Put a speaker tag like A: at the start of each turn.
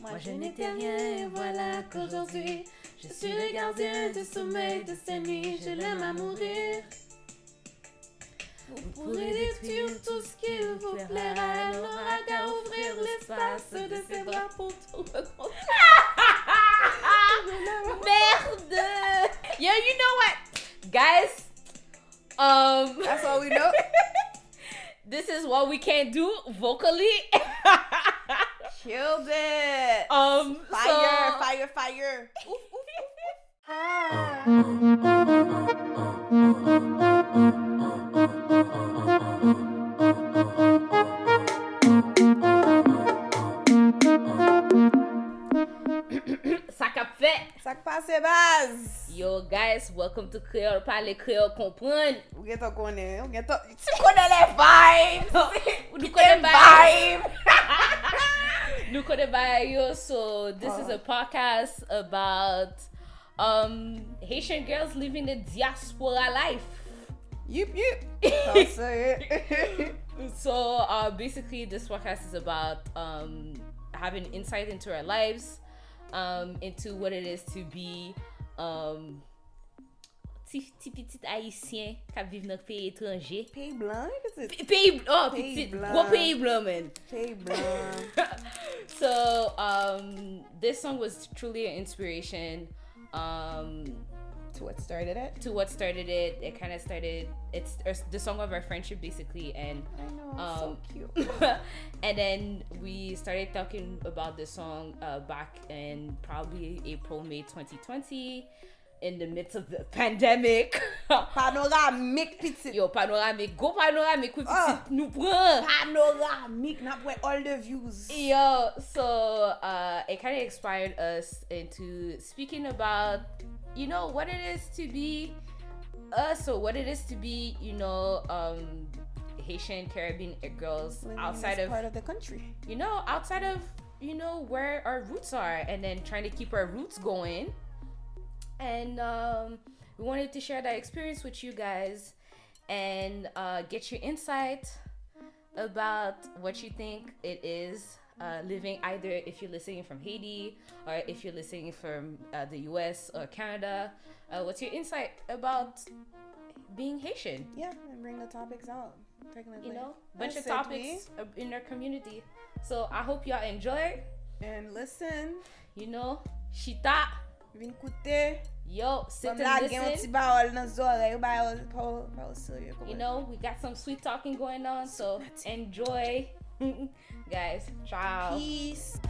A: Moi je n'étais rien, voilà qu'aujourd'hui je suis le gardien du sommeil de ces nuits, je l'aime à mourir. Vous pourrez détruire tout ce qu'il vous plaira, elle n'aura qu'à ouvrir l'espace de ses bras pour tout reconstruire.
B: Merde! Yo, you know what? Guys, um,
C: That's all we know.
B: this is what we can do vocally.
C: Killed it.
B: Um,
C: Fire,
B: so-
C: fire, fire.
B: Sa kap fe.
C: Sak pase baz.
B: Yo, guys, welcome to Creole Parle Creole Comprendre.
C: Ou gen to konen, ou gen to... Ti konen le vibe.
B: Ou nou konen bay.
C: vibe.
B: Nou konen bay yo. So, this is a podcast about um, Haitian girls living the diaspora life.
C: Yup, yup. Tan se ye.
B: So uh, basically, this podcast is about um, having insight into our lives, um, into what it is to be um, ti, ti petit haïtien kap vive nan peyi etranje.
C: Pey blan, ke se?
B: Peyi, oh,
C: Peyi
B: petit,
C: blanc.
B: gwo peyi blan men.
C: Pey blan.
B: So um, this song was truly an inspiration um,
C: To what started it?
B: to what started it. It kind of started, it's it's the song of our friendship basically, and
C: I know,
B: Um,
C: so cute.
B: and then we started talking about the song uh, back in probably April, May 2020, in the midst of the pandemic.
C: Panoramik pitit.
B: Yo, panoramic, go panoramic, we
C: Ah.
B: fit nous prend.
C: Panoramik, nap wè all the views.
B: E- Yo, so uh, it kind of inspired us into speaking about, you know, what it is to be us or what it is to be, you know, um, Haitian Caribbean girls
C: Living in
B: outside
C: this
B: of
C: part of the country.
B: you know, outside of, you know, where our roots are and then trying to keep our roots going. And um, we wanted to share that experience with you guys and uh, get your insight about what you think it is uh, living either if you're listening from Haiti or if you're listening from uh, the US or Canada. Uh, what's your insight about being Haitian?
C: Yeah, and bring the topics out. Pregnantly.
B: You know, bunch of topics uh, in our community. So I hope y'all enjoy.
C: And listen,
B: You know, Shita,
C: vin koute.
B: yo, sit
C: Kom la
B: and
C: gen yon ti
B: listen.
C: baol nan zore, yon baol pou, pou silye
B: You know, we got some sweet talking going on, so enjoy. Guys, ciao.
C: Peace.